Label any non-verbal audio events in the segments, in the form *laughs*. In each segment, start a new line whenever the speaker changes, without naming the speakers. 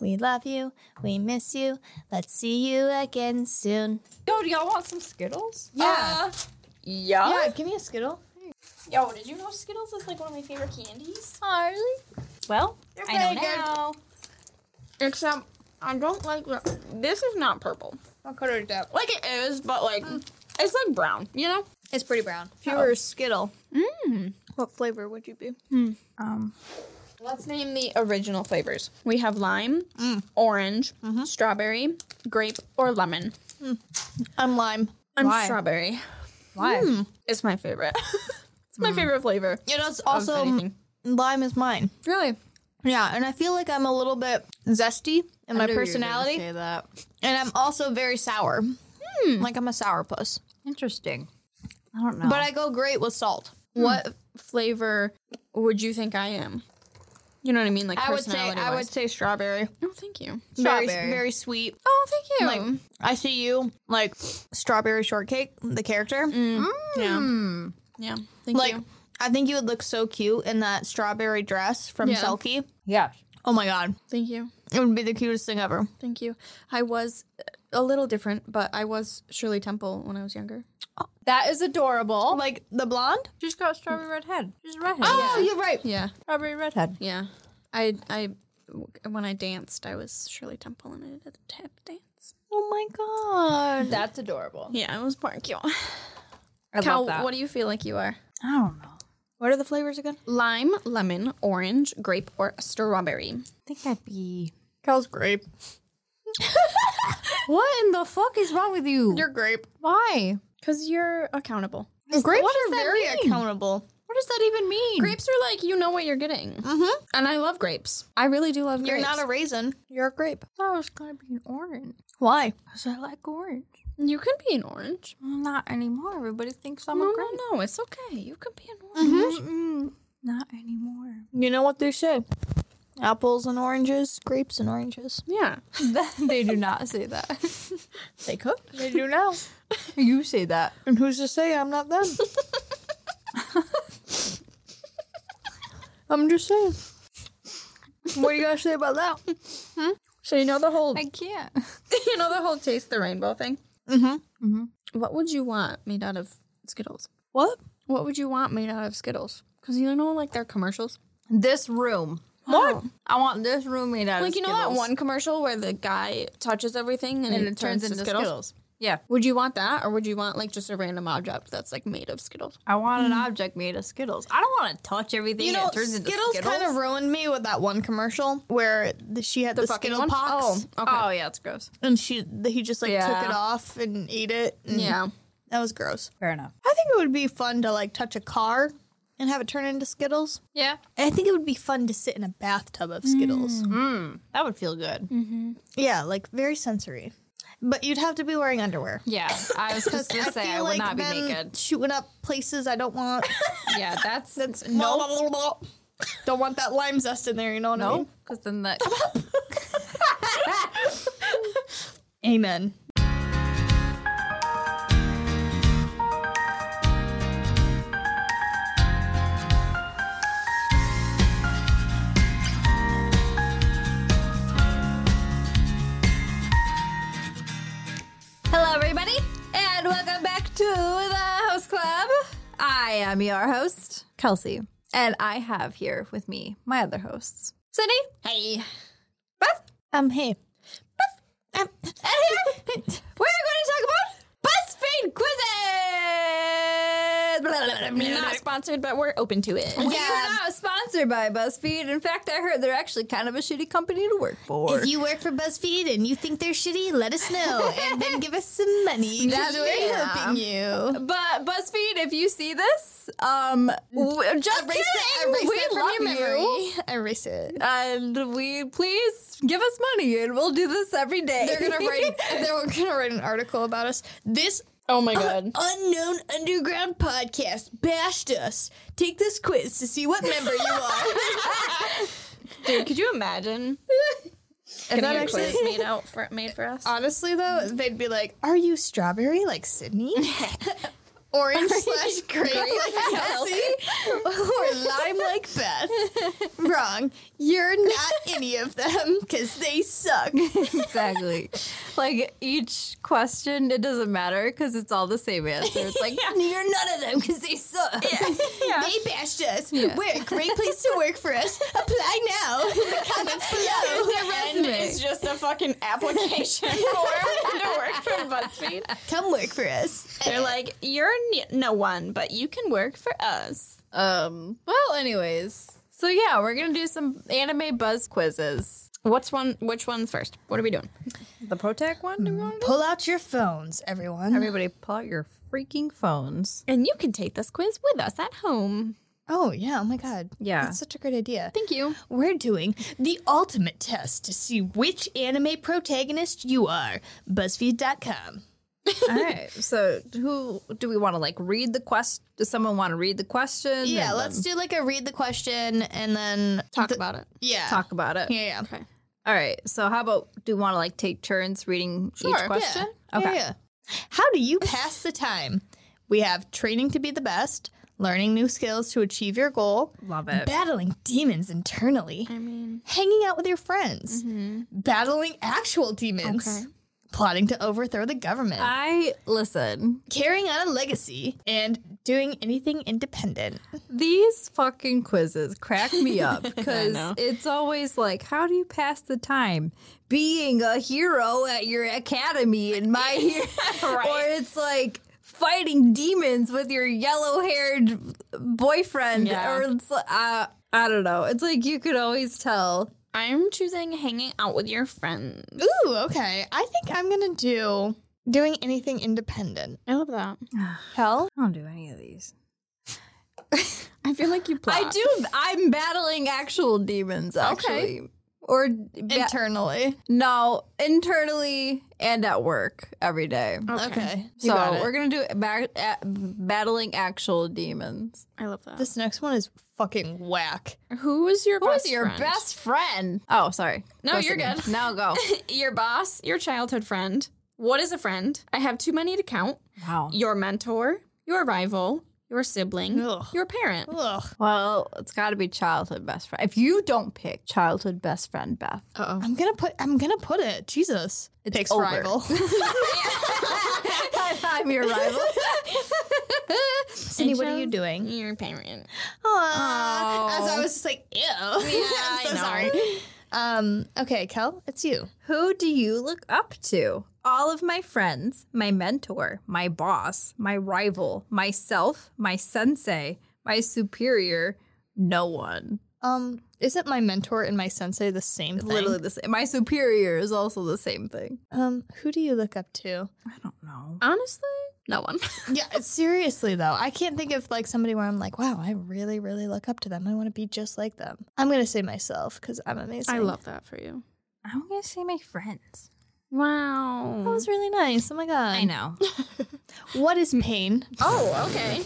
We love you. We miss you. Let's see you again soon.
Yo, do y'all want some Skittles?
Yeah.
Yeah.
yeah, give me a Skittle.
Oh,
Yo, did you know Skittles is like one of my favorite candies?
Oh, really?
Well,
They're
I know
pretty good.
now.
Except I don't like the- this is not purple.
What color is that?
Like it is, but like it's like brown, you know?
It's pretty brown. If you were a Skittle,
Mmm.
Oh. what flavor would you be?
Hmm.
Um,
Let's name the original flavors. We have lime,
Mm.
orange,
Mm-hmm.
strawberry, grape, or lemon.
I'm lime.
I'm
Why?
strawberry.
Why?
Mm, It's my favorite. *laughs* it's
Mm.
my favorite flavor.
You know, it's
of
also
anything.
lime is mine.
really
Yeah, and I feel like I'm a little bit zesty in my personality,
Say that. Hmm.
and I'm also very sour. Like I'm a sourpuss,
Interesting. I don't know.
but I go great with salt.
what flavor would you think I am? You know what I mean? Like
I would say I would
personality-wise.
say strawberry.
Oh, thank you.
Very,
Strawberry.
very sweet.
Oh, thank you.
Like I see you, like strawberry shortcake, the character.
Mm,
yeah,
Hmm.
yeah. Thank
Like
you.
I think you would look so cute in that strawberry dress from
Yeah.
Selkie.
Yeah.
Oh my god,
Thank you.
it would be the cutest thing ever.
Thank you. I was uh, a little different, but I was Shirley Temple when I was younger.
That is adorable.
Like the blonde.
She's got strawberry redhead. She's a redhead.
Oh, you're right.
Yeah,
strawberry redhead.
yeah. I I when I danced, I was Shirley Temple and I did a tap dance.
Oh my god.
That's adorable.
Yeah, I was born cute.
I
Cal,
love that.
what do you feel like you are?
I don't know.
What are the flavors again?
Lime, lemon, orange, grape, or strawberry.
I think I'd be.
Cal's grape.
What in the fuck is wrong with you?
You're grape.
Why?
Cause you're accountable.
Grapes
what does
are
that
very
mean?
accountable.
What does that even mean?
Grapes are like you know what you're getting,
Mm-hmm.
and I love grapes. I really do love
You're
grapes.
not a raisin. You're a grape.
I was gonna be an orange
Why?
because I like orange.
you can be an orange.
Not anymore. Everybody thinks I'm
No,
a
no,
grape.
no. It's okay. You can be an orange.
Mm-mm. Not anymore. *laughs*
You know what they say. Apples and oranges, grapes and oranges.
Yeah, *laughs*
they do not say that.
they could.
They do now.
you say that.
And who's to say I'm not them? I'm just saying. What do you guys say about that?
So you know the whole
I can't.
you know the whole taste the rainbow thing.
Mm-hmm.
What would you want made out of Skittles?
What?
What would you want made out of Skittles? Because you know, like their commercials.
This room. Oh.
What?
I want this room made out
Like
of
you know that
Skittles.
one commercial where the guy touches everything and,
and
it, turns, into Skittles?
Yeah.
Would you want that, or would you want like just a random object that's like made of Skittles?
I want an object made of Skittles. I don't want to touch everything.
You know,
it turns into
Skittles, kind of ruined me with that one commercial where the, she had the,
fucking
Skittle
one?
pox
Oh, okay.
Oh yeah, it's gross.
and she the, he just like
Yeah.
took it off and ate it. and
Yeah.
that was gross.
Fair enough.
I think it would be fun to like touch a car and have it turn into Skittles.
Yeah.
I think it would be fun to sit in a bathtub of Skittles.
Mm, that would feel good.
Yeah, like very sensory. But you'd have to be wearing underwear.
Yeah, I *laughs* was just gonna say I, would not be
then
naked.
shooting up places I don't *laughs* want.
Yeah, that's *laughs* that's
no. don't want that lime zest in there, you know what I
no,
mean?
because then *laughs* that
Amen.
Hello, everybody, and welcome back to the Host Club. I am your host, Kelsey, and I have here with me my other hosts, Sydney. Hey. Beth.
Um, hey.
Um, and here, we're going to talk about BuzzFeed quizzes. Blah, blah, blah, blah, blah.
Not sponsored, but we're open to it.
We are not sponsored by BuzzFeed. In fact, I heard they're actually kind of a shitty company to work for.
If you work for BuzzFeed and you think they're shitty, let us know and then give us some *laughs* money. 'cause
That's
we're
right.
helping you.
But BuzzFeed, if you see this, um, w- just
Erase it,
kidding.
erase
we
it from
love
your memory.
you,
Erase it.
and we please give us money, and we'll do this every day.
They're gonna
*laughs*
write. *laughs* they're gonna write an article about us. This
Oh *laughs* my god.
unknown underground podcast bashed us. Take this quiz to see what member you *laughs* are.
Dude, could you imagine? if
that
that
actually-
quiz made out *laughs* for made for us.
Mm-hmm. *laughs* Honestly, though, they'd be like, "Are you strawberry like Sydney?" orange *laughs* slash grape like Kelsey or lime like Beth. *laughs* Wrong. You're not any of them because they suck.
exactly. like each question, it doesn't matter because it's all the same answer. It's *laughs* like you're none of them because they suck.
They bashed us. We're a great place to work for us. Apply now *laughs* in the comments below.
And it's just a
*laughs*
fucking application form to work for BuzzFeed.
Come work for us.
They're like, you're n- no one, but you can work for us.
Um. Well, anyways. So yeah, we're gonna do some anime buzz quizzes.
What's one? Which one's first? What are we doing?
The Protec one, do we want?
Pull out your phones, everyone.
Everybody, pull out your freaking phones.
And you can take this quiz with us at home.
Oh yeah! Oh my God!
Yeah.
that's such a great idea.
Thank you.
We're doing the ultimate test to see which anime protagonist you are. BuzzFeed.com.
All right. *laughs* So, who do we want to like read the quest? Does someone want to read the question?
Yeah,
and
let's
then
do like a read the question and then
Talk about it.
yeah
talk about it.
Yeah, yeah.
Okay.
All right. So, how about do we want to like take turns reading each
Sure,
question?
Yeah.
Okay.
Yeah, yeah. How do you pass the time? We have training to be the best, learning new skills to achieve your goal,
Love it.
battling demons internally,
I mean,
hanging out with your friends,
Mm-hmm.
battling actual demons,
Okay.
plotting to overthrow the government,
I listen.
carrying on a legacy, and doing anything independent.
These fucking quizzes
*laughs*
crack me up because
know.
it's always like, how do you pass the time? Being a hero at your academy
*laughs*
in my hero, or it's like fighting demons with your yellow-haired boyfriend,
Yeah.
or it's uh, I don't know. It's like you could always tell.
I'm choosing hanging out with your friends.
Ooh, okay. I think I'm gonna do doing anything independent.
I love that.
Hell,
I don't do any of these.
I feel like you plot.
I do. I'm battling actual demons, actually, or ba-
internally.
no, internally and at work every day.
Okay.
So
Oh, got it.
we're gonna do ba- a- battling actual demons.
I love that.
This next one is fucking whack.
Who is your
Who's
best *laughs*
your
friend?
best friend? Oh, sorry.
No,
Close
you're
again.
good.
Now
*laughs*
go.
Your boss, your childhood friend. What is a friend? I have too many to count.
wow.
Your mentor, your rival, your sibling,
Ugh.
your parent.
Ugh.
Well, it's got to be childhood best friend. If you don't pick childhood best friend, Beth, *laughs*
Uh-oh.
I'm gonna put. I'm gonna put it. Jesus. It's Picks
over.
rival. *laughs*
I'm your rival.
Cindy, what are you doing?
Your *laughs* parent.
Aw. As I was just like, ew. I'm
I
so
know.
sorry. *laughs* Um. Okay, Kel, it's you.
Who do you look up to? All of my friends, my mentor, my boss, my rival, myself, my sensei, my superior, no one.
Um. Isn't my mentor and my sensei the same thing?
Literally the same. My superior is also the same thing. Um,
Um. Who do you look up to?
I don't know.
Honestly, no one.
Yeah. uh, Seriously though, I can't think of like somebody where I'm like, wow, I really, really look up to them. I want to be just like them. I'm gonna say myself because I'm amazing.
I love that for you.
I'm gonna say my friends.
Wow.
That was really nice. Oh my god.
I Mm. know.
What is pain?
oh, okay.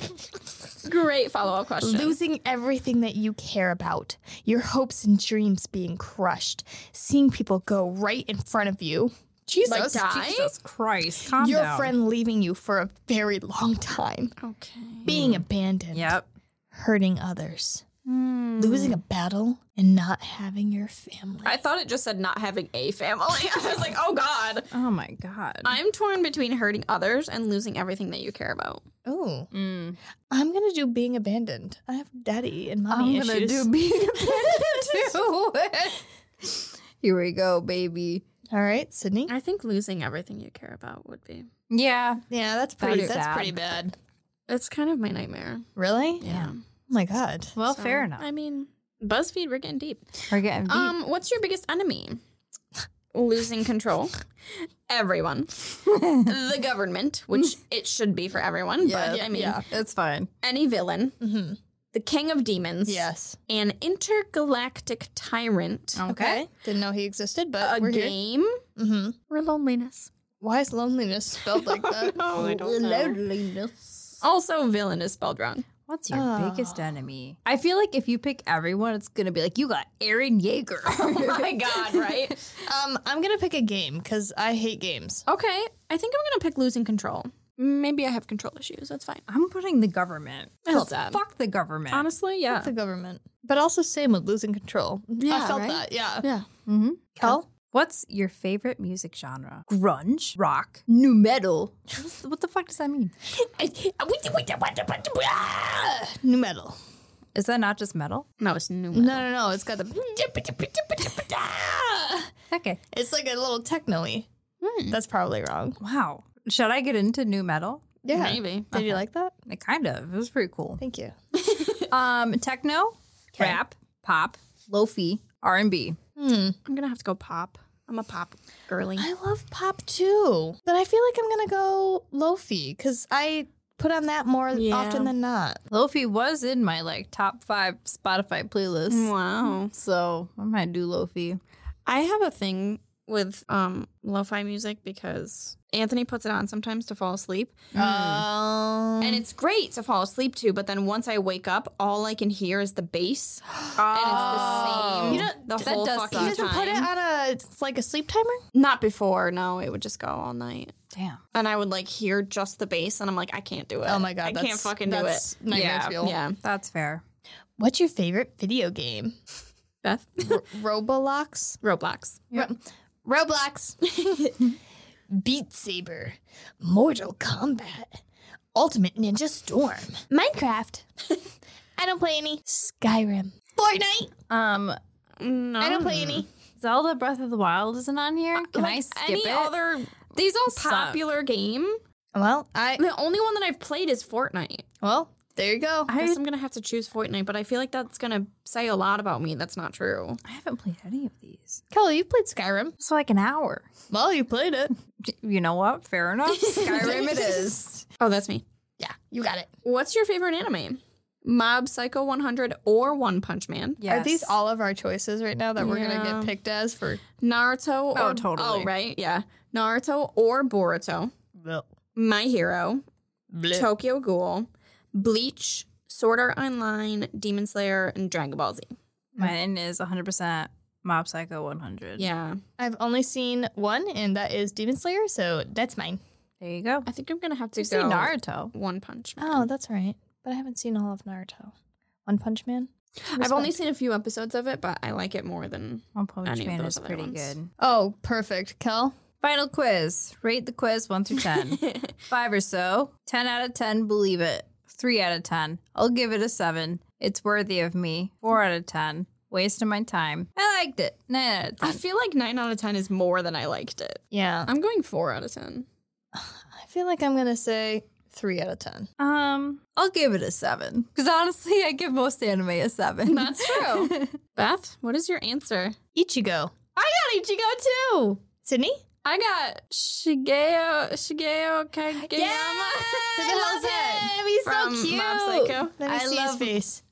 Great follow up question.
Losing everything that you care about, your hopes and dreams being crushed, seeing people go right in front of you. Jesus.
die?
*gasps* Jesus Christ, calm
Your
down.
friend leaving you for a very long time,
Mm.
Okay.
being abandoned,
Yep.
hurting others,
Mm.
losing a battle, and not having your family.
I thought it just said not having a family. *laughs* I was like, oh God.
Oh my god.
I'm torn between hurting others and losing everything that you care about.
Oh,
Mm.
I'm gonna do being abandoned. I have daddy and mommy
I'm gonna
issues.
do *laughs* being abandoned too. *laughs* Here we go, baby.
All right, Sydney.
I think losing everything you care about would be.
Yeah.
Yeah, that's pretty.
is
that's
sad.
pretty bad.
It's kind of my nightmare.
Really?
Yeah.
Oh my god.
Well,
So,
fair enough.
I mean, BuzzFeed, we're getting deep.
We're getting deep.
Um, what's your biggest enemy? Losing control. Everyone. the government, which it should be for everyone, but I mean,
yeah.
it's fine.
any villain.
Mhm.
The king of demons.
Yes.
An intergalactic tyrant.
Okay.
Didn't know he existed, but
A
we're here.
game.
Mm-hmm.
Or loneliness.
Why is loneliness spelled like that?
Loneliness.
Also, villain is spelled wrong.
What's your
Oh.
biggest enemy? Uh, I feel like if you pick everyone, it's gonna be like you got Aaron Yeager. *laughs* Oh
My God, *laughs* right?
Um, I'm gonna pick a game because I hate games.
okay, I think I'm gonna pick losing control. Maybe I have control issues. That's fine.
I'm putting the government.
Well
'Cause
done.
Fuck the government.
Honestly, yeah.
the government. But also same with losing control. I
Yeah,
felt
right?
that, yeah.
Yeah.
hmm
Kel?
What's your favorite music genre? Grunge, rock, new metal. What's- what the fuck does that mean?
New metal.
Is that not just metal?
No, it's new.
No, no, no. It's got the *laughs*
Okay.
It's like a little techno-y. That's probably wrong.
Wow. Should I get into new metal?
Yeah.
Maybe. Uh-huh.
Did you like that?
It kind of. It was pretty cool.
Thank you.
Um, techno, rap, pop, lofi, R and B.
I'm gonna have to go pop. I'm a pop girly.
I love pop too. But I feel like I'm gonna go lofi because I put on that more
Yeah.
often than not.
Lofi was in my like top five Spotify
*laughs*
playlist,
Wow.
so I might do lofi.
I have a thing with um lo-fi music because Anthony puts it on sometimes to fall asleep.
Hmm. Um,
And it's great to fall asleep to, but then once I wake up, all I can hear is the bass.
Oh.
And it's the same
You
the
that
whole
does
fucking
he
suck.
doesn't
time.
put it on a it's like a sleep timer.
Not before, no, it would just go all night.
Damn.
And I would like hear just the bass and I'm like, I can't do it.
Oh my god,
I
that's,
can't fucking do it.
that's Nightmare
Yeah,
fuel.
Yeah.
That's fair.
What's your favorite video game?
Beth?
Roblox.
Roblox.
Roblox. *laughs* Beat Saber. Mortal Kombat. Ultimate Ninja Storm. Minecraft. *laughs* I don't play any. Skyrim. Mm. Fortnite.
*laughs* Um,
No.
I don't play any.
Zelda Breath of the Wild isn't on here. Can I
Uh, Like,
skip
any
it?
other
These all
popular game?
Well, I
The only one that I've played is Fortnite.
well, there you go.
I guess I'm gonna have to choose Fortnite, but I feel like that's gonna say a lot about me. That's not true.
I haven't played any of these.
Kelly, you played Skyrim.
It's like an hour.
Well, you played *laughs* it.
You know what?
*laughs*
Fair enough. Skyrim it is.
Oh, that's me.
*laughs* Yeah, you got it.
What's your favorite anime? Mob Psycho 100 or One Punch Man?
Yes.
Are these all of our choices right now that we're gonna
Yeah.
get picked as for?
Naruto or
Oh, totally.
Oh, right. Yeah. Naruto or Boruto.
Well,
My Hero, Tokyo Ghoul, Bleach, Sword Art Online, Demon Slayer, and Dragon Ball Z.
Mine is 100% Mob Psycho 100.
Yeah.
I've only seen one, and that is Demon Slayer, so that's mine.
There you go.
I think I'm gonna have to
You see
go
Naruto.
One Punch Man.
Oh, that's right. But I haven't seen all of Naruto. One Punch Man.
I've only seen a few episodes of it, but I like it more than *laughs*
One Punch
Any of
Man
those
is
other
pretty
ones.
good.
Oh, perfect, Kel.
Final quiz. Rate the quiz 1
*laughs*
through 10. 5 or so. 10 out of 10, believe it. 3 out of 10. I'll give it a 7. It's worthy of me. 4 out of 10. Waste of my time. I liked it. 9 out of
I
10.
feel like nine out of ten is more than I liked it.
Yeah.
I'm going four out of ten.
I feel like I'm gonna say three out of ten.
*laughs* Um, I'll give it a 7. Because honestly, I give most anime a 7.
That's
*laughs*
true. Beth, what is your answer?
Ichigo.
I got Ichigo too.
Sydney?
I got Shigeo Shigeo Kageyama.
*laughs*
Who the hell's it? He's
From Mob Psycho.
Let me
I
see his
love-
face.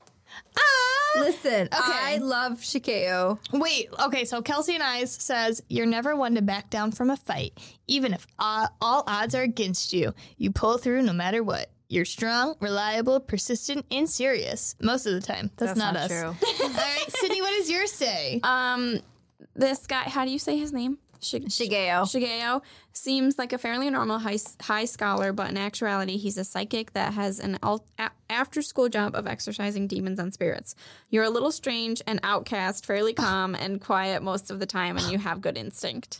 Ah!
Listen, I love Shikeo.
Wait, okay, so Kelsey and I says, You're never one to back down from a fight. Even if uh, all odds are against you, you pull through no matter what. You're strong, reliable, persistent, and serious most of the time. That's, not, us. *laughs*
*laughs*
all right, Sydney, what does yours say?
Um, this guy. How do you say his name? Shig- Oh.
Shigeo.
Shigeo seems like a fairly normal high, high scholar, but in actuality, he's a psychic that has an al- a- after school job of exorcising demons and spirits. You're a little strange and outcast, fairly calm and quiet most of the time, and you have good instinct.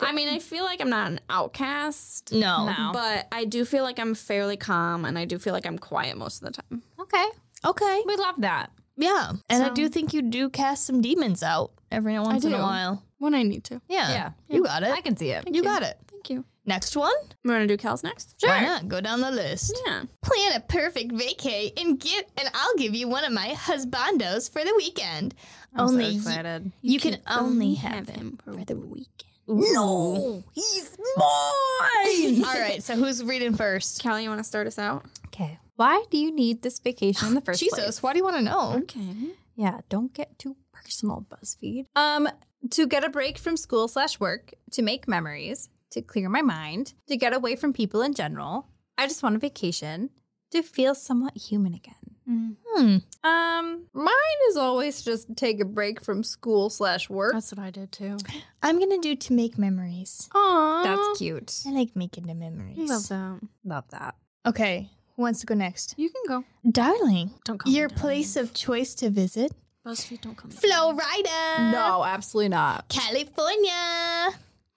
I mean, I feel like I'm not an outcast,
no.
but I do feel like I'm fairly calm and I do feel like I'm quiet most of the time.
Okay.
Okay.
We love that.
Yeah. And I do think you do cast some demons out every once in a
do.
while.
When I need to.
Yeah.
Yeah.
You got
I
it.
can see it.
You got it.
Thank you.
Next one?
We're going to do Cal's next?
Why not? Go down the list.
Yeah.
Plan a perfect vacay and give and I'll give you one of my husbandos for the weekend. only y-
excited.
you, can, only have *laughs* him.
for the weekend.
No, Oh, he's *laughs* mine.
All right, so who's reading first?
Callie, you want to start us out?
okay. Why do you need this vacation in the first place?
Jesus, why do you want to know?
Okay.
Yeah, don't get too personal, BuzzFeed. Um, to get a break from school slash work, to make memories, to clear my mind, to get away from people in general. I just want a vacation to feel somewhat human again.
Hmm.
Um, mine is always just take a break from school slash work.
That's what I did too.
I'm gonna do to make memories.
Aww.
That's cute.
I like making the memories.
Love that.
Oh. Love that.
Okay, who wants to go next?
You can go.
Darling,
Don't call
your
me darling.
place of choice to visit?
BuzzFeed, don't come.
Florida.
No, absolutely not.
California.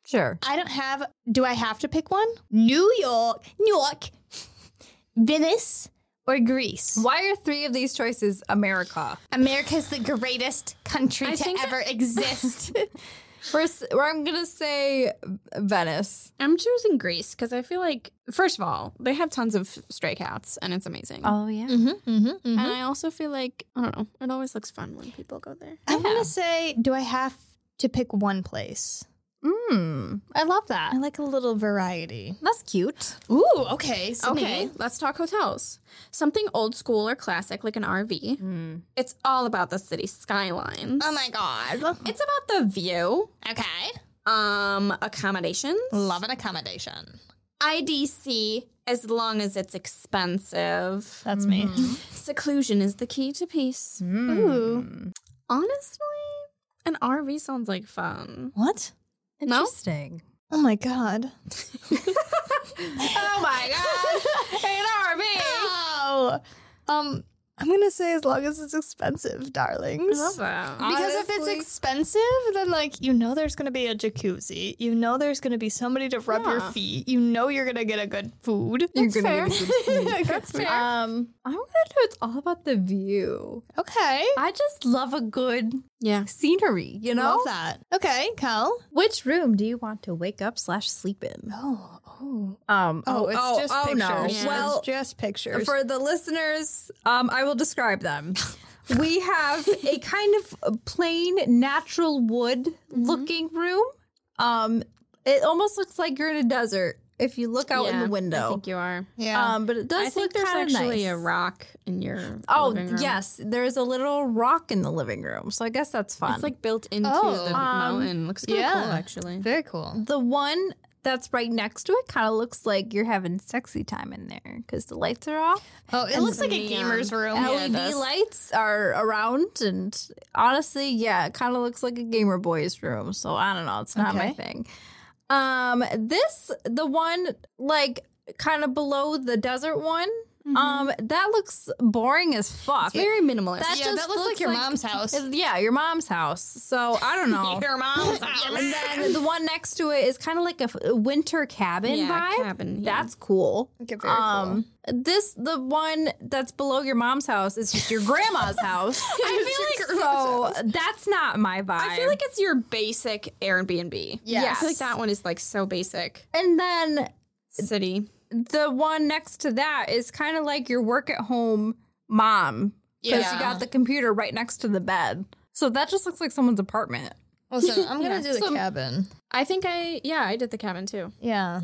Sure.
I don't have. Do I have to pick one? New York, New York, Venice, or Greece?
Why are three of these choices America?
America's the greatest country
I
to
think that-
*laughs* ever exist.
First, or I'm gonna say Venice.
I'm choosing Greece because I feel like, first of all, they have tons of stray cats and it's amazing.
Oh yeah.
hmm hmm
And I also feel like, I don't know, it always looks fun when people go there.
I'm gonna say, do I have to pick one place? Hmm,
Mm, I love that.
I like a little variety.
That's cute.
Ooh, okay,
Okay, let's talk hotels. Something old school or classic, like an RV. It's all about the city skylines.
Oh my god.
It's about the view,
Okay.
um, accommodations,
Love an accommodation.
IDC, as long as it's expensive.
That's me.
Seclusion is the key to peace.
Mm-hmm.
Ooh.
Honestly, an RV sounds like fun.
What?
No?
Interesting.
Oh my god.
Oh my god, *laughs* an RV.
Oh. Um, I'm gonna say as long as it's expensive, darlings.
I love that.
Because if it's
Honestly.
expensive, then like you know there's gonna be a jacuzzi. You know there's gonna be somebody to rub your
Yeah.
feet. You know you're gonna get a good food.
You're gonna get a
*laughs* That's fair.
Um, I'm gonna do it's all about the view.
Okay.
I just love a good
Yeah.
scenery, you know?
Love that. Okay, Cal.
Which room do you want to wake up slash
*gasps*
sleep in?
Oh, oh.
Um
Oh, it's just pictures.
Yeah.
Well,
it's just pictures.
for the listeners, um, I will
*laughs*
describe them. we have a kind of plain natural wood
Mm-hmm.
looking room. Um, it almost looks like you're in a desert if you look out in
Yeah,
the window.
I think you are.
yeah.
Um, but it
I
does
think
look
there's
kind of
actually
nice.
a rock in your.
Oh
living room.
yes, there's a little rock in the living room, so I guess that's fun.
It's like built into
Oh.
the
Um,
mountain. Looks kind of
yeah.
cool, actually.
Very cool.
the one that's right next to it kind of looks like you're having sexy time in there because the lights are off.
Oh, it looks like a
neon.
gamer's room.
LED E lights are around, and honestly, yeah, it kind of looks like a gamer boy's room. So I don't know, it's not my
Okay.
thing. Um, this the one like kind of below the desert one.
Mm-hmm.
Um, that looks boring as fuck.
Very minimalist.
That
yeah,
just
that looks, like
looks
your
like-
mom's house.
It- yeah, your mom's house. So I don't know.
*laughs* Your *laughs* mom's house.
and then the one next to it is kind of like a, f- a winter cabin
Yeah,
vibe.
cabin, yeah.
That's cool. Um,
Okay, very cool.
This the one that's below your mom's house is just your *laughs* grandma's house. I feel like so that's not my vibe.
I feel like it's your basic Airbnb.
Yes.
I feel like that one is like so basic.
and then
City.
the one next to that is kind of like your work at home mom because
Yeah.
you got the computer right next to the bed. So that just looks like someone's apartment.
Listen, I'm *laughs* gonna do the
So-
cabin.
I think I yeah I did the cabin too.
Yeah,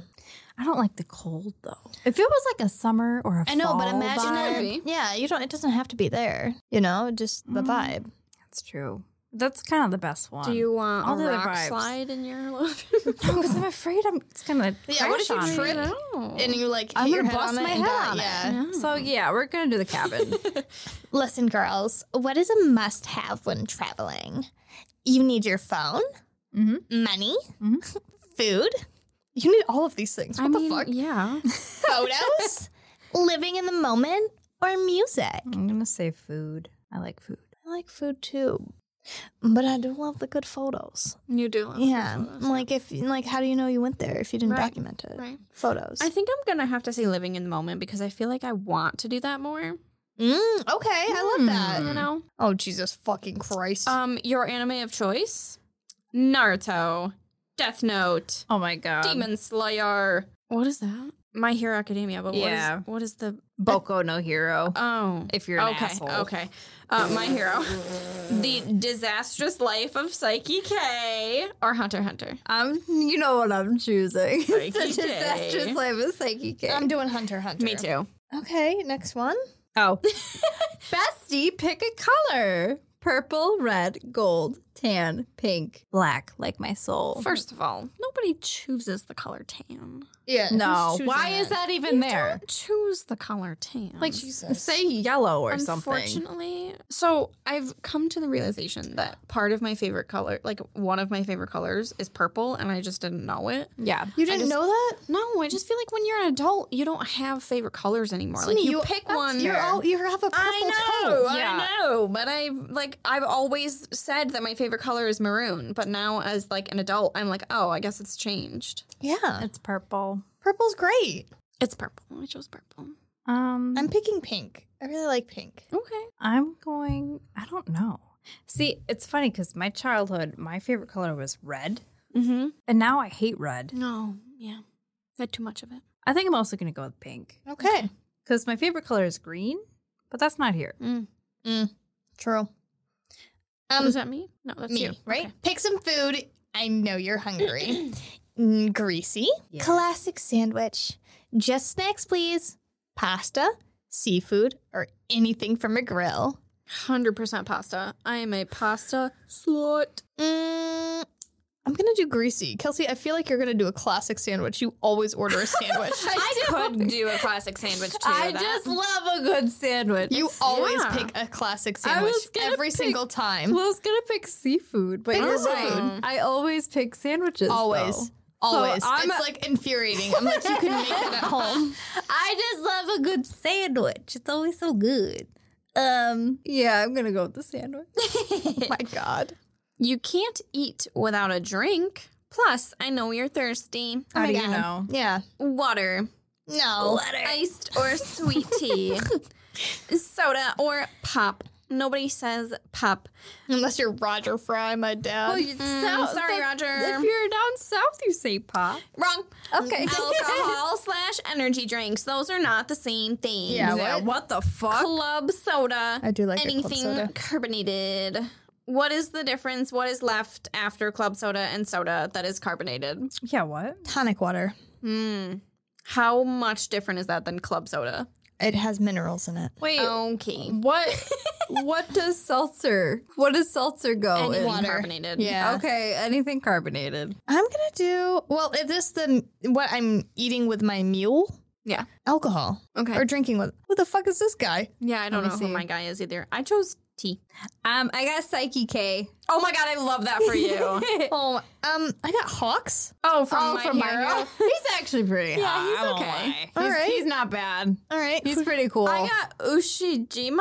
I don't like the cold though. If it was like a summer or a
I know, but
fall
imagine
vibe-
vibe.
it. Yeah, you don't. It doesn't have to be there. You know, just the vibe.
That's true. That's kind of the best one.
Do you want
all
a
the other
rock
vibes.
slide in your *laughs*
*laughs* Because I'm afraid I'm it's gonna.
Yeah, what if
crash
you
on me.
trip?
know.
Mm. And you like,
I'm
hit
gonna
your
bust
on it
my
and
head
die.
on
yeah.
it. So yeah, we're gonna do
*laughs*
the cabin.
Listen, girls, what is a must have when traveling? You need your phone,
Mhm.
money, Mm-hmm. *laughs* food. You need all of these things.
I
What the
mean,
*laughs* fuck?
yeah.
Photos, living in the moment, or music.
I'm gonna say food. I like food.
I like food too, but I do love the good photos.
You do. love
Yeah,
your photos.
like if like, how do you know you went there if you didn't
Right,
document it?
right.
Photos.
I think I'm gonna have to say living in the moment because I feel like I want to do that more.
mm, okay, I love that.
You know,
Oh Jesus fucking Christ!
um, your anime of choice, Naruto, Death Note,
Oh my god.
*laughs*
Demon Slayer. Um, What is that? My Hero Academia. But
Yeah.
what is what is the
Boko no hero.
oh?
If you're an
okay,
asshole.
okay. Uh, my hero, the disastrous life of Psyche K or Hunter x Hunter.
I'm. You know what I'm choosing. *laughs*
Psyche
Such
K.
disastrous life is Psyche K.
I'm doing Hunter x Hunter.
Me too.
Okay, next one. *laughs*
oh. Bestie, pick a color: purple, red, gold, tan, pink, black, like my soul.
First of all, nobody chooses the color tan.
Yeah.
no.
who's choosing
Why is that even there?
Don't choose the color tan.
Like,
Jesus.
say yellow or something.
Unfortunately, so I've come to the realization that part of my favorite color, like one of my favorite colors, is purple, and I just didn't know it.
Yeah.
You didn't know that?
No, I just feel like when you're an adult, you don't have favorite colors anymore. Like you, pick
that's-
one. Oh,
You're all, you have a purple
I know,
coat.
I know, but I like I've always said that my favorite color is maroon, but now as like an adult, I'm like, oh, I guess it's changed.
Yeah.
It's purple.
Purple's great.
It's purple. I chose purple.
Um
I'm picking pink. I really like pink.
Okay.
I'm going. I don't know. See, it's funny because my childhood, my favorite color was red,
Mm-hmm.
and now I hate red.
No, yeah, I've had too much of it.
I think I'm also going to go with pink
Okay.
because my favorite color is green, but that's not here.
True.
Um,
Um,
Is that me? No, that's
Me,
you.
right?
Okay.
Pick some food. I know
*clears throat*
you're hungry. Mm, Greasy.
Yeah.
Classic sandwich. Just snacks, please. Pasta, seafood, or anything from a grill.
Hundred percent pasta. I am a pasta slut.
Mm, I'm gonna do greasy. Kelsey, I feel like you're gonna do a classic sandwich. You always order a sandwich.
I, could do a classic *laughs* sandwich too.
I just love a good sandwich.
you always
yeah.
pick a classic
I was
sandwich
gonna
every
pick-
single time.
Well, I was gonna pick seafood, but
Mm-hmm. Pick
you're
the
right.
seafood.
I always pick sandwiches.
Always.
though.
Always.
So I'm
it's
a-
like infuriating. I'm like, you can make it at home.
I just love a good sandwich. It's always so good. Um. Yeah, I'm gonna go with the sandwich.
Oh My God.
You can't eat without a drink. Plus, I know you're thirsty.
Oh
How
my
do you
God.
know?
Yeah.
Water,
No.
iced or *laughs* sweet tea, soda or pop. Nobody says pop.
Unless you're Roger Fry, my dad.
Mm, sorry,
If
Roger.
you're down south, you say pop.
Wrong.
Okay.
*laughs* Alcohol slash energy drinks. Those are not the same thing.
Yeah,
what? the fuck?
Club soda.
I do like a club
anything
soda.
carbonated. What is the difference? What is left after club soda and soda that is carbonated?
Yeah, what?
Tonic water.
Hmm. How much different is that than club soda?
It has minerals in it.
Wait,
Okay.
*laughs* what? what does seltzer? What does seltzer go
Anything
in?
water.
Oh, carbonated.
Yeah.
Okay, anything carbonated.
I'm gonna do well. Is this the what I'm eating with my mule?
Yeah.
Alcohol
Okay.
or drinking with. Who the fuck is this guy?
yeah, I don't know
Let me
who
see.
my guy is either. I chose tea.
Um, I got Psyche K.
Oh my god, I love that for you.
Oh, um, I got Hawks.
oh, from, my,
from
hero.
*laughs* he's actually pretty
Yeah,
hot.
he's
I won't
okay.
lie.
All
he's,
right.
he's not bad.
All right.
He's pretty
*laughs*
cool.
I got Ushijima.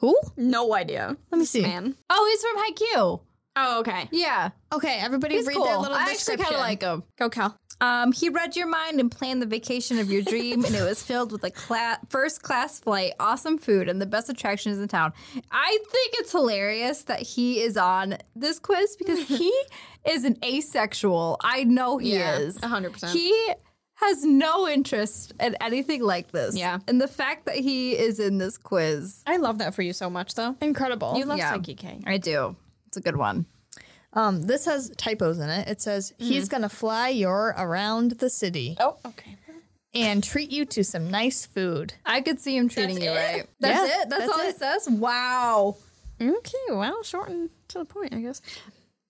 Who?
No idea.
Let me see.
Man.
oh, he's from Haikyuu.
Oh, okay.
Yeah,
Okay, everybody
he's
read
cool.
that little
I actually
description.
kind of like him.
Go Cal.
Um, he read your mind and planned the vacation of your dream, and it was filled with a cla- first class flight, awesome food, and the best attractions in town. I think it's hilarious that he is on this quiz because *laughs* he is an asexual. I know he
Yeah,
is.
100%.
He has no interest in anything like this.
Yeah.
And the fact that he is in this quiz,
I love that for you so much though.
incredible.
You love
Yeah.
Psyche K.
I do. It's a good one.
um, this has typos in it. It says he's gonna fly your around the city
Oh, okay.
and treat you to some nice food.
I could see him treating you right. That's
Yeah,
it. That's,
that's
all
it.
it says. Wow.
Okay, well, short and to the point, I guess.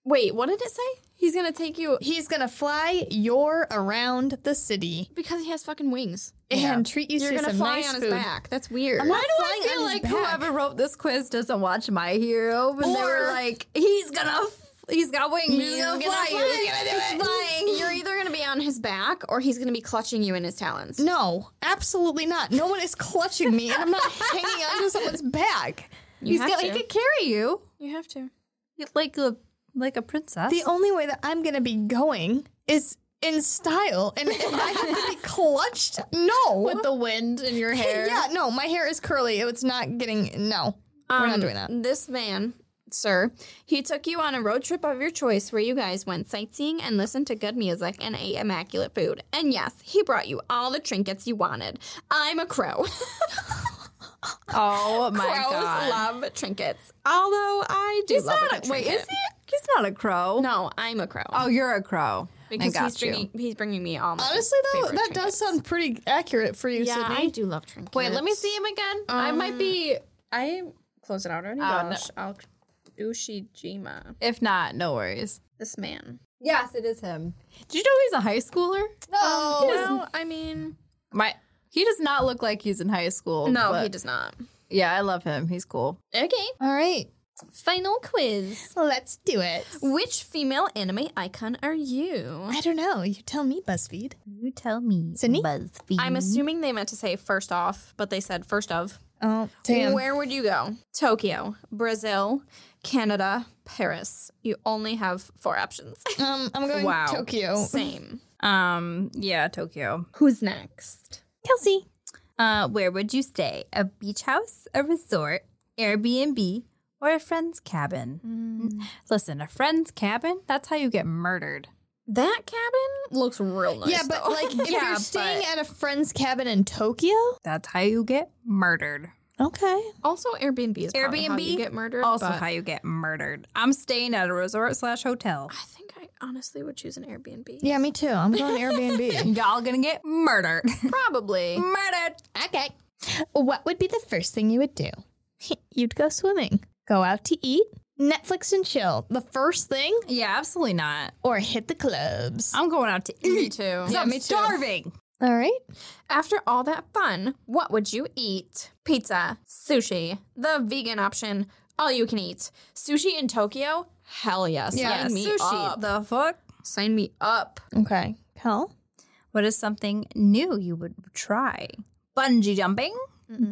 Wait, what did it say? He's gonna take you
He's gonna fly your around the city
because he has fucking wings.
and treat you
You're
to
gonna
some
fly
nice
on his
food.
back. That's weird.
I'm not
I
flying
feel
on his
like
back.
whoever wrote this quiz doesn't watch My Hero, but they were
Or-
like, he's gonna, f- he's got wings, he's,
He's
gonna,
gonna
fly, you, he's gonna do it. flying.
You're either gonna be on his back or he's gonna be clutching you in his talons.
No, absolutely not. No one is clutching me, and
*laughs*
I'm not hanging onto someone's back.
He's gonna, he could carry you
You have to.
like a like a princess.
The only way that I'm gonna be going is in style, and if I have to be clutched, no.
the wind in *laughs* your
yeah, no, my hair is curly. It's not getting. No, we're not doing that.
Um, This man, sir, he took you on a road trip of your choice where you guys went sightseeing and listened to good music and ate immaculate food. And yes, he brought you all the trinkets you wanted. I'm a crow. *laughs*
Oh my
Crows
god!
love trinkets. Although I do
he's
love a
not.
good
A, wait, is
trinket.
he? He's not a crow.
No, I'm a crow.
Oh, you're a crow.
because
I got
he's bringing he's bringing me all my
Honestly, though, that
favorite
does
trinkets.
sound pretty accurate for you,
Yeah,
Sydney.
I do love trinkets.
Um, you. Wait, let me see him again. I might be.
I closed it out already.
Oh, no.
Gosh, I'll Ushijima.
If not, no worries.
This man.
Yes, it is him. Did you know he's a high schooler?
Oh, well, I mean,
My he does not look like he's in high school.
no,
but-
he does not.
Yeah, I love him. He's cool.
Okay,
All right,
final quiz.
let's do it.
Which female anime icon are you?
I don't know. You tell me, BuzzFeed.
You tell me,
Sydney?
Buzzfeed.
I'm assuming they meant to say first off, but they said first of.
Oh, damn.
Where would you go? Tokyo, Brazil, Canada, Paris. You only have four options. *laughs*
Um, I'm going
Wow.
Tokyo.
Same.
Um, yeah, Tokyo.
Who's next?
Kelsey.
Uh, where would you stay? A beach house, a resort, Airbnb, or a friend's cabin?
Mm.
Listen, a friend's cabin? That's how you get murdered.
That cabin looks real nice.
yeah, but
though. *laughs*
like if
Yeah,
you're staying
but-
at a friend's cabin in Tokyo,
That's how you get murdered.
okay.
also Airbnb is probably how
Airbnb,
you get murdered.
Also,
but
how you get murdered. I'm staying at a resort
*laughs*
slash hotel.
I think I honestly would choose an Airbnb.
Yeah, me too. I'm going
*laughs*
Airbnb.
Y'all gonna get
*laughs*
murdered.
Probably.
murdered.
okay. What would be the first thing you would do? *laughs* You'd go swimming, go out to eat, Netflix and chill. The first thing,
Yeah, absolutely not.
or hit the clubs.
I'm going out to
Me
eat.
too.
Yeah, I'm starving.
All right.
After all that fun, what would you eat? Pizza, sushi, the vegan option, all you can eat. Sushi in Tokyo? Hell yes.
Yeah,
Sign me
Sushi.
up.
The fuck?
Sign me up.
Okay. Kel.
What is something new you would try? Bungee jumping,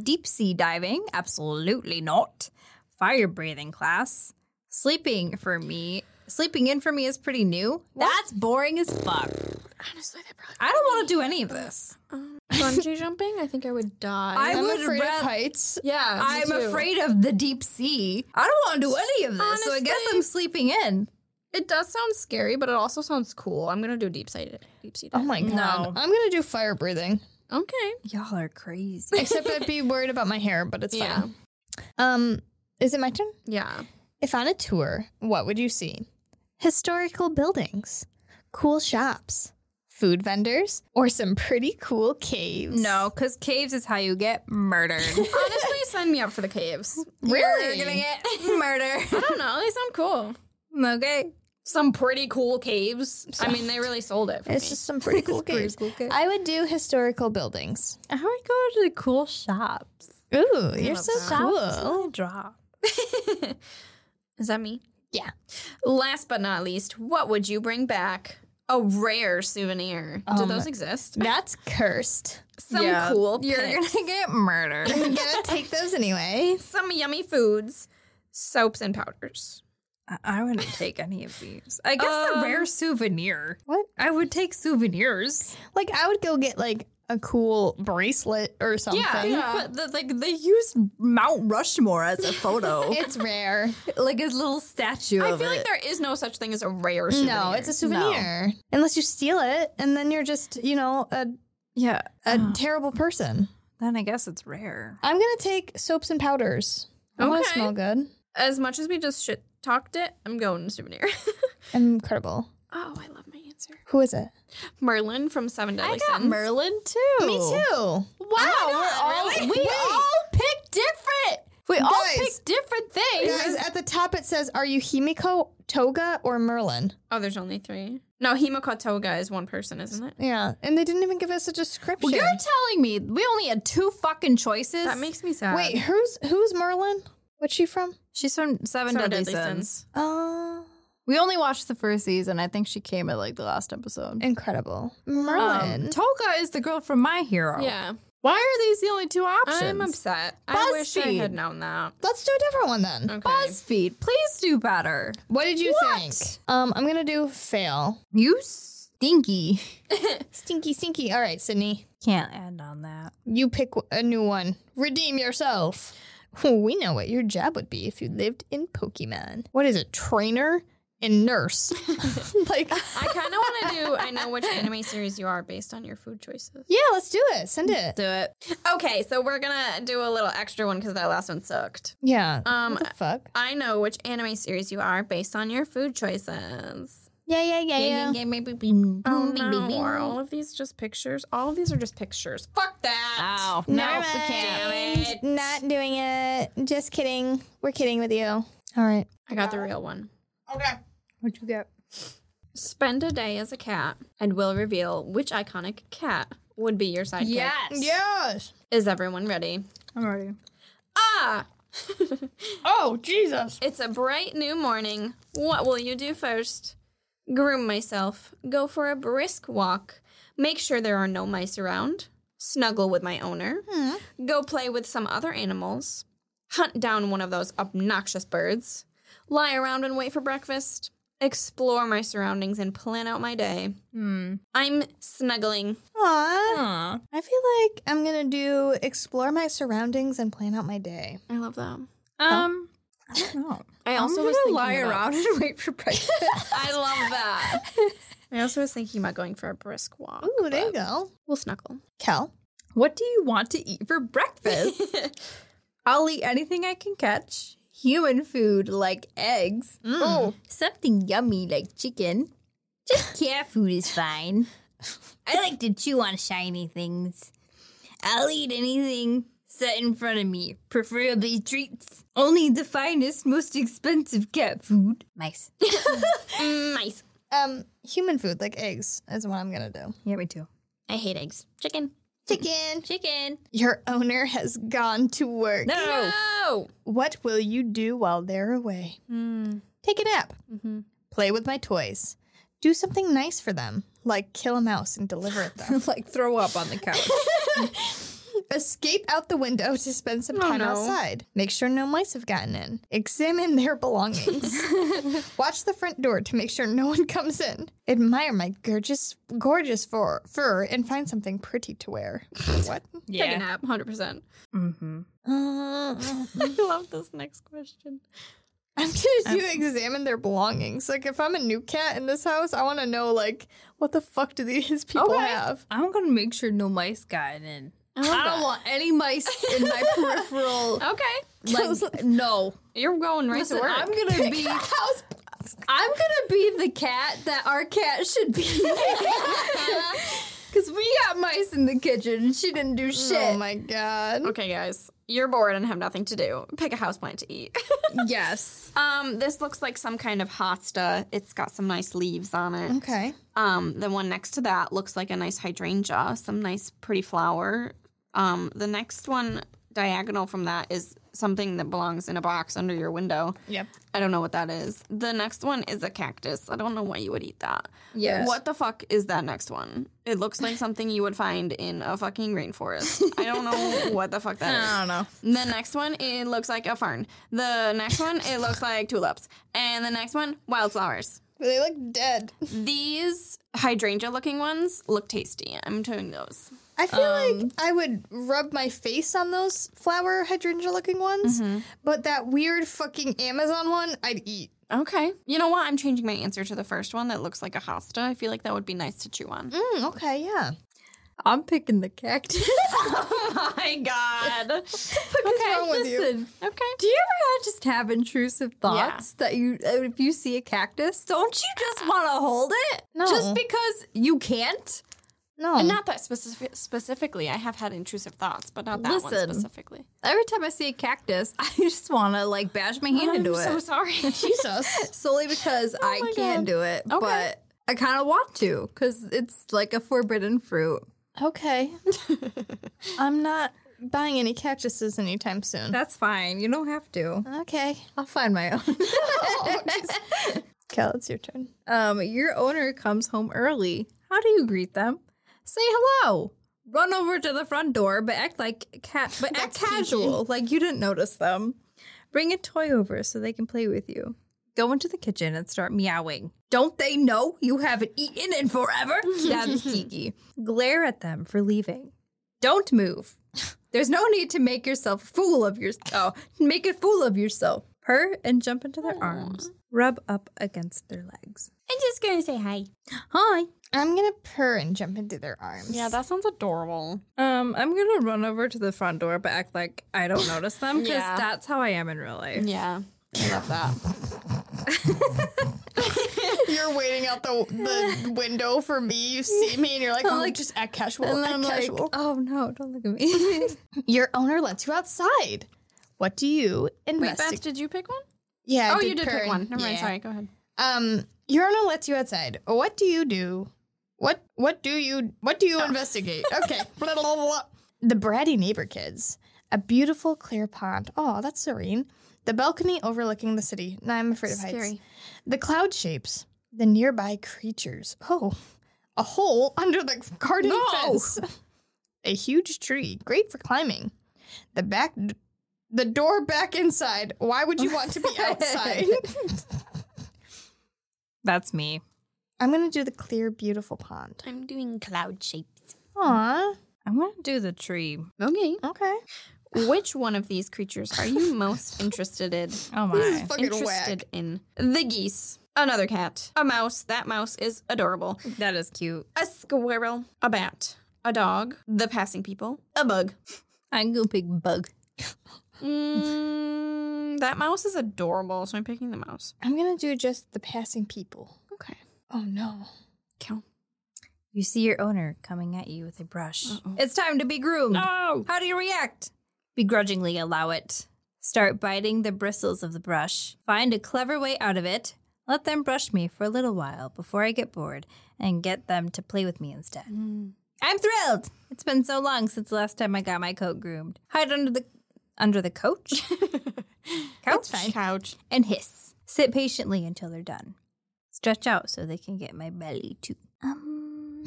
deep sea diving, absolutely not. Fire breathing class, sleeping for me. Sleeping in for me is pretty new. That's boring as fuck.
Honestly, they probably
I don't want to do any of this.
um, bungee jumping. I think I would die.
I
I'm
would
afraid
rath-
of heights.
yeah, me
I'm
too.
afraid of the deep sea. I don't want to do any of this, so I guess
Honestly-
I'm sleeping in.
It does sound scary, but it also sounds cool. I'm gonna do deep sea. Deep sea.
Oh my god.
No.
I'm gonna do fire breathing.
diving. Okay.
Y'all are crazy.
Except I'd be worried about my hair, but it's
Yeah.
fine. Um, is it my turn?
Yeah.
If on a tour, what would you see? Historical buildings, cool shops, food vendors, or some pretty cool caves?
*laughs* no, because caves is how you get murdered.
*laughs* Honestly, sign me up for the caves.
Really?
You're gonna get murdered.
*laughs*
*laughs*
I don't know. They sound cool.
okay.
Some pretty cool caves. I mean, they really sold it. For
It's
me.
just some *laughs* pretty cool caves.
cave.
I would do historical buildings.
I would go to the cool shops.
Ooh, you're so
Shops
cool.
really drop.
Is that me?
Yeah.
Last but not least, what would you bring back? A rare souvenir. Do
Um,
those exist?
That's *laughs* cursed.
Some cool
You're
picks,
gonna get murdered.
I'm gonna take those anyway.
some yummy foods, soaps and powders.
*laughs* I- I wouldn't take any of these. I guess a
Um,
rare souvenir.
What?
I would take souvenirs.
Like I would go get like a cool bracelet or something.
but the, like they use Mount Rushmore as a photo,
It's rare.
*laughs* like a little statue.
I
of
feel
it.
like there is no such thing as a rare souvenir.
No, it's a souvenir. Unless you steal it and then you're just, you know, a
yeah.
a terrible person.
Then I guess it's rare.
I'm gonna take soaps and powders. I want to
Okay.
smell good.
as much as we just shit talked it. I'm going souvenir. *laughs*
Incredible.
oh, I love my answer.
Who is it?
Merlin from Seven Deadly Sins.
Merlin too.
Me too.
Wow, we're all we all pick different. We all
Guys.
pick different things.
Guys, at the top it says, "Are you Himiko, Toga, or Merlin?"
Oh, there's only three. No, Himikotoga is one person, isn't it?
Yeah, and they didn't even give us a description.
Well, you're telling me we only had two fucking choices.
That makes me sad.
Wait, who's who's Merlin? What's she from?
she's from Seven
Seven
Deadly, Sins.
Uh,
We only watched the first season. I think she came at like the last episode.
incredible.
Um,
Merlin.
Tolga is the girl from My Hero.
Yeah,
Why are these the only two options?
I'm upset. I wish I
BuzzFeed.
had known that.
Let's do a different one then.
Okay.
Buzzfeed, please do better.
What did you
What?
think? Um, I'm gonna do fail.
You stinky.
Stinky, stinky. All right, Sydney.
Can't end on that.
You pick w- a new one. Redeem yourself. *laughs* We know what your job would be if you lived in Pokemon. What is it? Trainer and nurse. *laughs* like,
I kind of want to do. I know which anime series you are based on your food choices.
yeah, let's do it. Send it.
Do it.
*laughs* Okay, so we're gonna do a little extra one because that last one sucked.
Yeah.
Um,
what the fuck?
I know which anime series you are based on your food choices.
Yeah, yeah, yeah,
Yeah,
yeah.
yeah, maybe be-
Oh
be- be-
no!
be-
Are all of these just pictures? All of these are just pictures. Fuck that!
Ow.
Never mind. Not doing it. Just kidding. We're kidding with you. All right.
I got the real one.
Okay.
What'd you get?
Spend a day as a cat and we'll reveal which iconic cat would be your sidekick.
Yes.
Yes.
Is everyone ready?
I'm ready.
Ah! *laughs*
Oh, Jesus.
It's a bright new morning. What will you do first? Groom myself, go for a brisk walk, make sure there are no mice around, snuggle with my owner, go play with some other animals, hunt down one of those obnoxious birds, lie around and wait for breakfast, explore my surroundings and plan out my day.
Hmm.
I'm snuggling.
Aww. I feel like I'm going to do explore my surroundings and plan out my day.
I love that.
Um, I don't know.
Oh. I
I'm
also
gonna
was thinking
lie
about-
around and *laughs* wait for breakfast.
*laughs* I love *laughs* that. I also was thinking about going for a brisk walk.
Ooh, there you
but
go.
We'll snuggle. *laughs*
Kel.
what do you want to eat for breakfast? I'll eat anything I can catch. Human food like eggs.
Mm.
Something yummy like chicken. Just *laughs* cat food is fine. *laughs* I like to chew on shiny things. I'll eat anything set in front of me, preferably treats. Only the finest, most expensive cat food. Nice.
Mm, Mice.
Um, human food like eggs is what I'm going to do.
*laughs* Yeah, me too. *laughs*
I hate eggs. Chicken.
*laughs* Chicken.
Chicken.
Your owner has gone to work.
Oh.
No.
No.
What will you do while they're away?
Hmm.
Take a nap.
Mm-hmm.
Play with my toys. Do something nice for them, like kill a mouse and deliver it them.
like throw up on the *laughs* couch.
Escape out the window to spend some
Oh,
time
no.
outside. Make sure no mice have gotten in. Examine their belongings. Watch the front door to make sure no one comes in. Admire my gorgeous, gorgeous fur, fur and find something pretty to wear. what?
Take a nap. Hundred percent. *laughs*
Mm-hmm.
Uh,
I love this next question.
I'm gonna do examine their belongings. Like if I'm a new cat in this house, I want to know like what the fuck do these *laughs* people
Okay.
have?
I'm gonna make sure no mice got in.
I
I,
love
don't
that.
want any mice in *laughs* my peripheral.
Okay,
like no.
you're going right
Listen,
to work.
I'm gonna be.
House.
I'm gonna be the cat that our cat should be. Cause we got mice in the kitchen and she didn't do shit.
Oh
*laughs*
my god.
okay, guys, you're bored and have nothing to do. Pick a houseplant to eat. *laughs*
yes.
um, this looks like some kind of hosta. It's got some nice leaves on it.
Okay.
Um, the one next to that looks like a nice hydrangea, some nice pretty flower. Um, the next one diagonal from that is something that belongs in a box under your window.
Yep.
I don't know what that is. The next one is a cactus. I don't know why you would eat that.
Yes.
What the fuck is that next one? It looks like something you would find in a fucking rainforest. I don't know what the fuck that
don't know.
is. The next one, it looks like a fern. The next one, it looks like tulips. And the next one, wildflowers.
They look dead.
These hydrangea looking ones look tasty. I'm doing those.
I feel like I would rub my face on those flower hydrangea looking ones, but that weird fucking Amazon one, I'd eat.
Okay. You know what? I'm changing my answer to the first one that looks like a hosta. I feel like that would be nice to chew on.
Mm, okay, yeah.
I'm picking the cactus.
Oh my *laughs* god.
What's
wrong with you?
Listen,
okay.
do you ever just have intrusive thoughts that you, uh, if you see a cactus, don't you just want to hold it?
No.
Just because you can't?
No.
And not that specific, specifically. I have had intrusive thoughts, but not that one
Listen.
specifically.
Every time I see a cactus, *laughs* I just want to like bash my hand
Oh, I'm
into
so *laughs*
it.
sorry.
Jesus.
*laughs* Solely because I
my
can't do it, but I kind of want to because it's like a forbidden fruit.
okay. *laughs* I'm not buying any cactuses anytime soon.
That's fine. You don't have to.
Okay.
I'll find my own.
Kel, it's your turn.
Um, your owner comes home early. How do you greet them? Say hello. Run over to the front door, but act like cat, but act casual, like you didn't notice them. Bring a toy over so they can play with you. Go into the kitchen and start meowing. Don't they know you haven't eaten in forever? That's Kiki. Glare at them for leaving. Don't move. There's no need to make yourself a fool of your oh, make a fool of yourself. Purr and jump into their arms. Rub up against their legs.
I'm just going to say hi.
Hi.
I'm gonna purr and jump into their arms.
Yeah, that sounds adorable.
Um, I'm gonna run over to the front door, but act like I don't notice them because
Yeah.
that's how I am in real life.
Yeah. I love that.
you're waiting out the *laughs* the window for me. You see me, and you're like, oh,
Like-
just act casual,
And
act
I'm like,
casual.
oh no, don't look at me.
um, Your owner lets you outside. What do you
Wait,
investigate?
Beth, did you pick one?
Yeah. I
oh, you did pick
purring.
one. Never mind.
Yeah.
Sorry. Go ahead.
Um, Urinal lets you outside. What do you do? What what do you what do you investigate? Okay. *laughs* Blah, blah, blah, blah. The bratty neighbor kids. A beautiful clear pond. Oh, that's serene. The balcony overlooking the city. No, I'm afraid of heights.
Scary.
The cloud shapes. The nearby creatures. Oh, a hole under the garden fence. A huge tree, great for climbing. The back, the door back inside. Why would you want to be outside?
That's me.
I'm gonna do the clear, beautiful pond.
I'm doing cloud shapes.
Aw,
I'm gonna do the tree. Oh
Okay.
okay.
*laughs* Which one of these creatures are you *laughs* most interested in?
Oh
This
my.
is fucking
Interested
whack.
in the geese, another cat, a mouse. That mouse is adorable.
That is cute.
A squirrel, a bat, a dog, the passing people, a bug.
I'm gonna pick bug.
Mm, that mouse is adorable, so I'm picking the mouse.
I'm gonna do just the passing people.
Okay.
Oh no.
Kill.
You see your owner coming at you with a brush. It's time to be groomed.
No.
How do you react? Begrudgingly allow it. Start biting the bristles of the brush. Find a clever way out of it. Let them brush me for a little while before I get bored and get them to play with me instead. I'm thrilled. It's been so long since the last time I got my coat groomed. Hide under the under the coach. couch
Couch.
and hiss. Sit patiently until they're done. Stretch out so they can get my belly too. Um,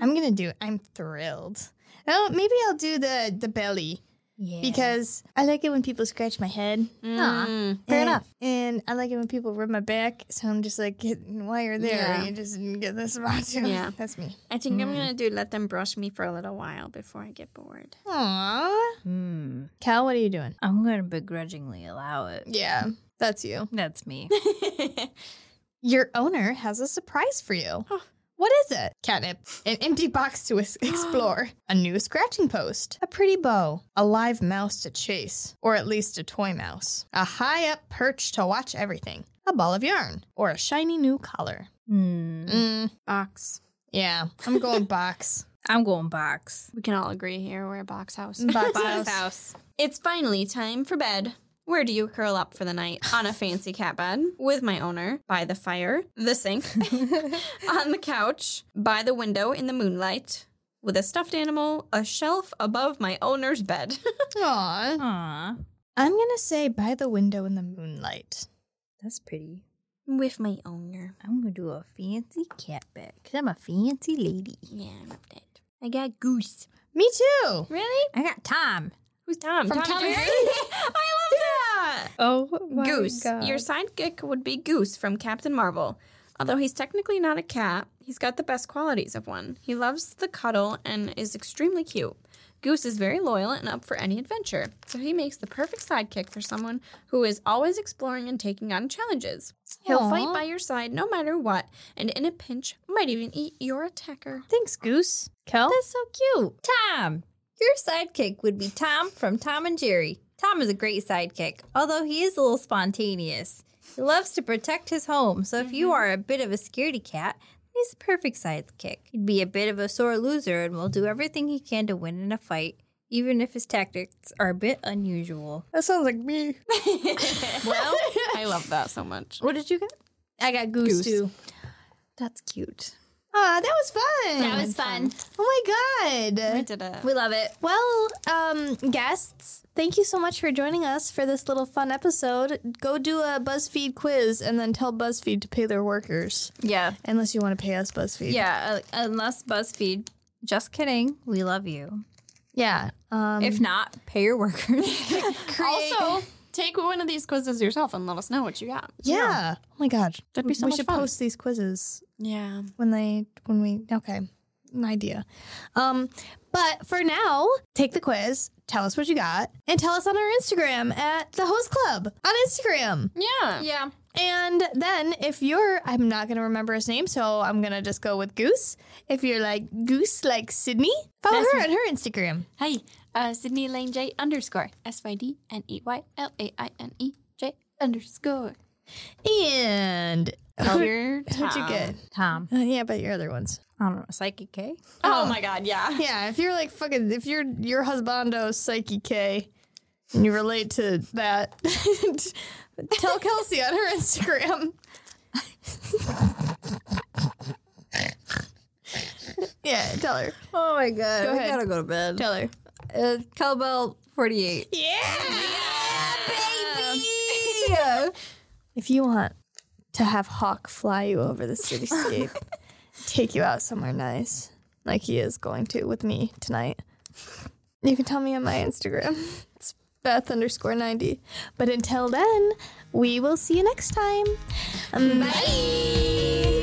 I'm gonna do. I'm thrilled. Oh, maybe I'll do the the belly
yeah.
because I like it when people scratch my head.
Mm.
Fair
And-
enough.
And I like it when people rub my back, so I'm just like, why you're there,
Yeah.
you just didn't get this *laughs* about you.
Yeah.
That's me.
I think I'm gonna do let them brush me for a little while before I get bored.
Aww.
Hmm.
Cal, what are you doing?
I'm going to begrudgingly allow it.
Yeah, that's you.
That's *laughs* me.
Your owner has a surprise for you.
Huh.
What is it? Catnip. An empty box to *gasps* es- explore. a new scratching post. A pretty bow. A live mouse to chase. Or at least a toy mouse. A high up perch to watch everything. A ball of yarn. Or a shiny new collar.
Hmm.
Mm,
Box.
yeah, I'm *laughs* going box.
I'm going box.
We can all agree here we're a box house.
Box
Box
house.
house.
It's finally time for bed. Where do you curl up for the night? On a fancy cat bed, with my owner, by the fire, the sink, *laughs* on the couch, by the window in the moonlight, with a stuffed animal, a shelf above my owner's bed. *laughs*
Aww.
Aw,
I'm gonna say by the window in the moonlight.
that's pretty.
with my owner.
I'm going to do a fancy cat bed because I'm a fancy lady.
Yeah, I loved it. I got Goose.
Me too.
Really?
I got Tom.
Who's Tom?
From Tom
and
and
Jerry? *laughs* I love that.
Oh,
Goose. Your sidekick would be Goose from Captain Marvel. Although he's technically not a cat, he's got the best qualities of one. He loves the cuddle and is extremely cute. Goose is very loyal and up for any adventure, so he makes the perfect sidekick for someone who is always exploring and taking on challenges. He'll
Aw.
fight by your side no matter what, and in a pinch, might even eat your attacker.
Thanks, Goose. Kel?
That's so cute. Tom. Your sidekick would be Tom from Tom and Jerry. Tom is a great sidekick, although he is a little spontaneous. He loves to protect his home, so if you are a bit of a scaredy cat, he's a perfect sidekick. He'd be a bit of a sore loser and will do everything he can to win in a fight, even if his tactics are a bit unusual.
That sounds like me.
Well, I love that so much.
What did you get?
I got Goose,
too.
*laughs* That's cute.
Aw, that was fun.
That was fun.
Oh my
I
god.
did it.
We love it.
Well, um, guests, thank you so much for joining us for this little fun episode. Go do a BuzzFeed quiz and then tell BuzzFeed to pay their workers.
Yeah.
Unless you want to pay us BuzzFeed.
Yeah. Uh, unless BuzzFeed. Just kidding. We love you.
Yeah. Um,
If not, pay your workers.
*laughs*
*laughs*
Also, take one of these quizzes yourself and let us know what you got.
yeah. Oh my god.
That'd be so
we
much
should
fun.
post these quizzes
Yeah.
when they when we okay an idea um but for now take the quiz tell us what you got and tell us on our instagram at the host club on instagram
Yeah.
yeah.
and then if you're i'm not gonna remember his name so i'm gonna just go with goose if you're like goose like sydney follow her on her instagram
Hi, uh, Sydney Lane J underscore S Y D N E Y L A I N E J underscore.
and
Dear
what'd you
Tom.
get
Tom.
Uh, yeah but your other ones
I don't know, Psychic K?
Oh my god, yeah.
yeah if you're like fucking if you're your husbando psyche k and you relate to that, *laughs* tell Kelsey on her Instagram. *laughs* yeah, tell her.
Oh my god.
Go
I
ahead.
gotta go to bed.
Tell her.
Uh, cowbell 48.
Yeah, baby.
Yeah.
If you want to have Hawk fly you over the cityscape, take you out somewhere nice, like he is going to with me tonight, you can tell me on my Instagram. It's Beth underscore 90. But until then, we will see you next time. Bye.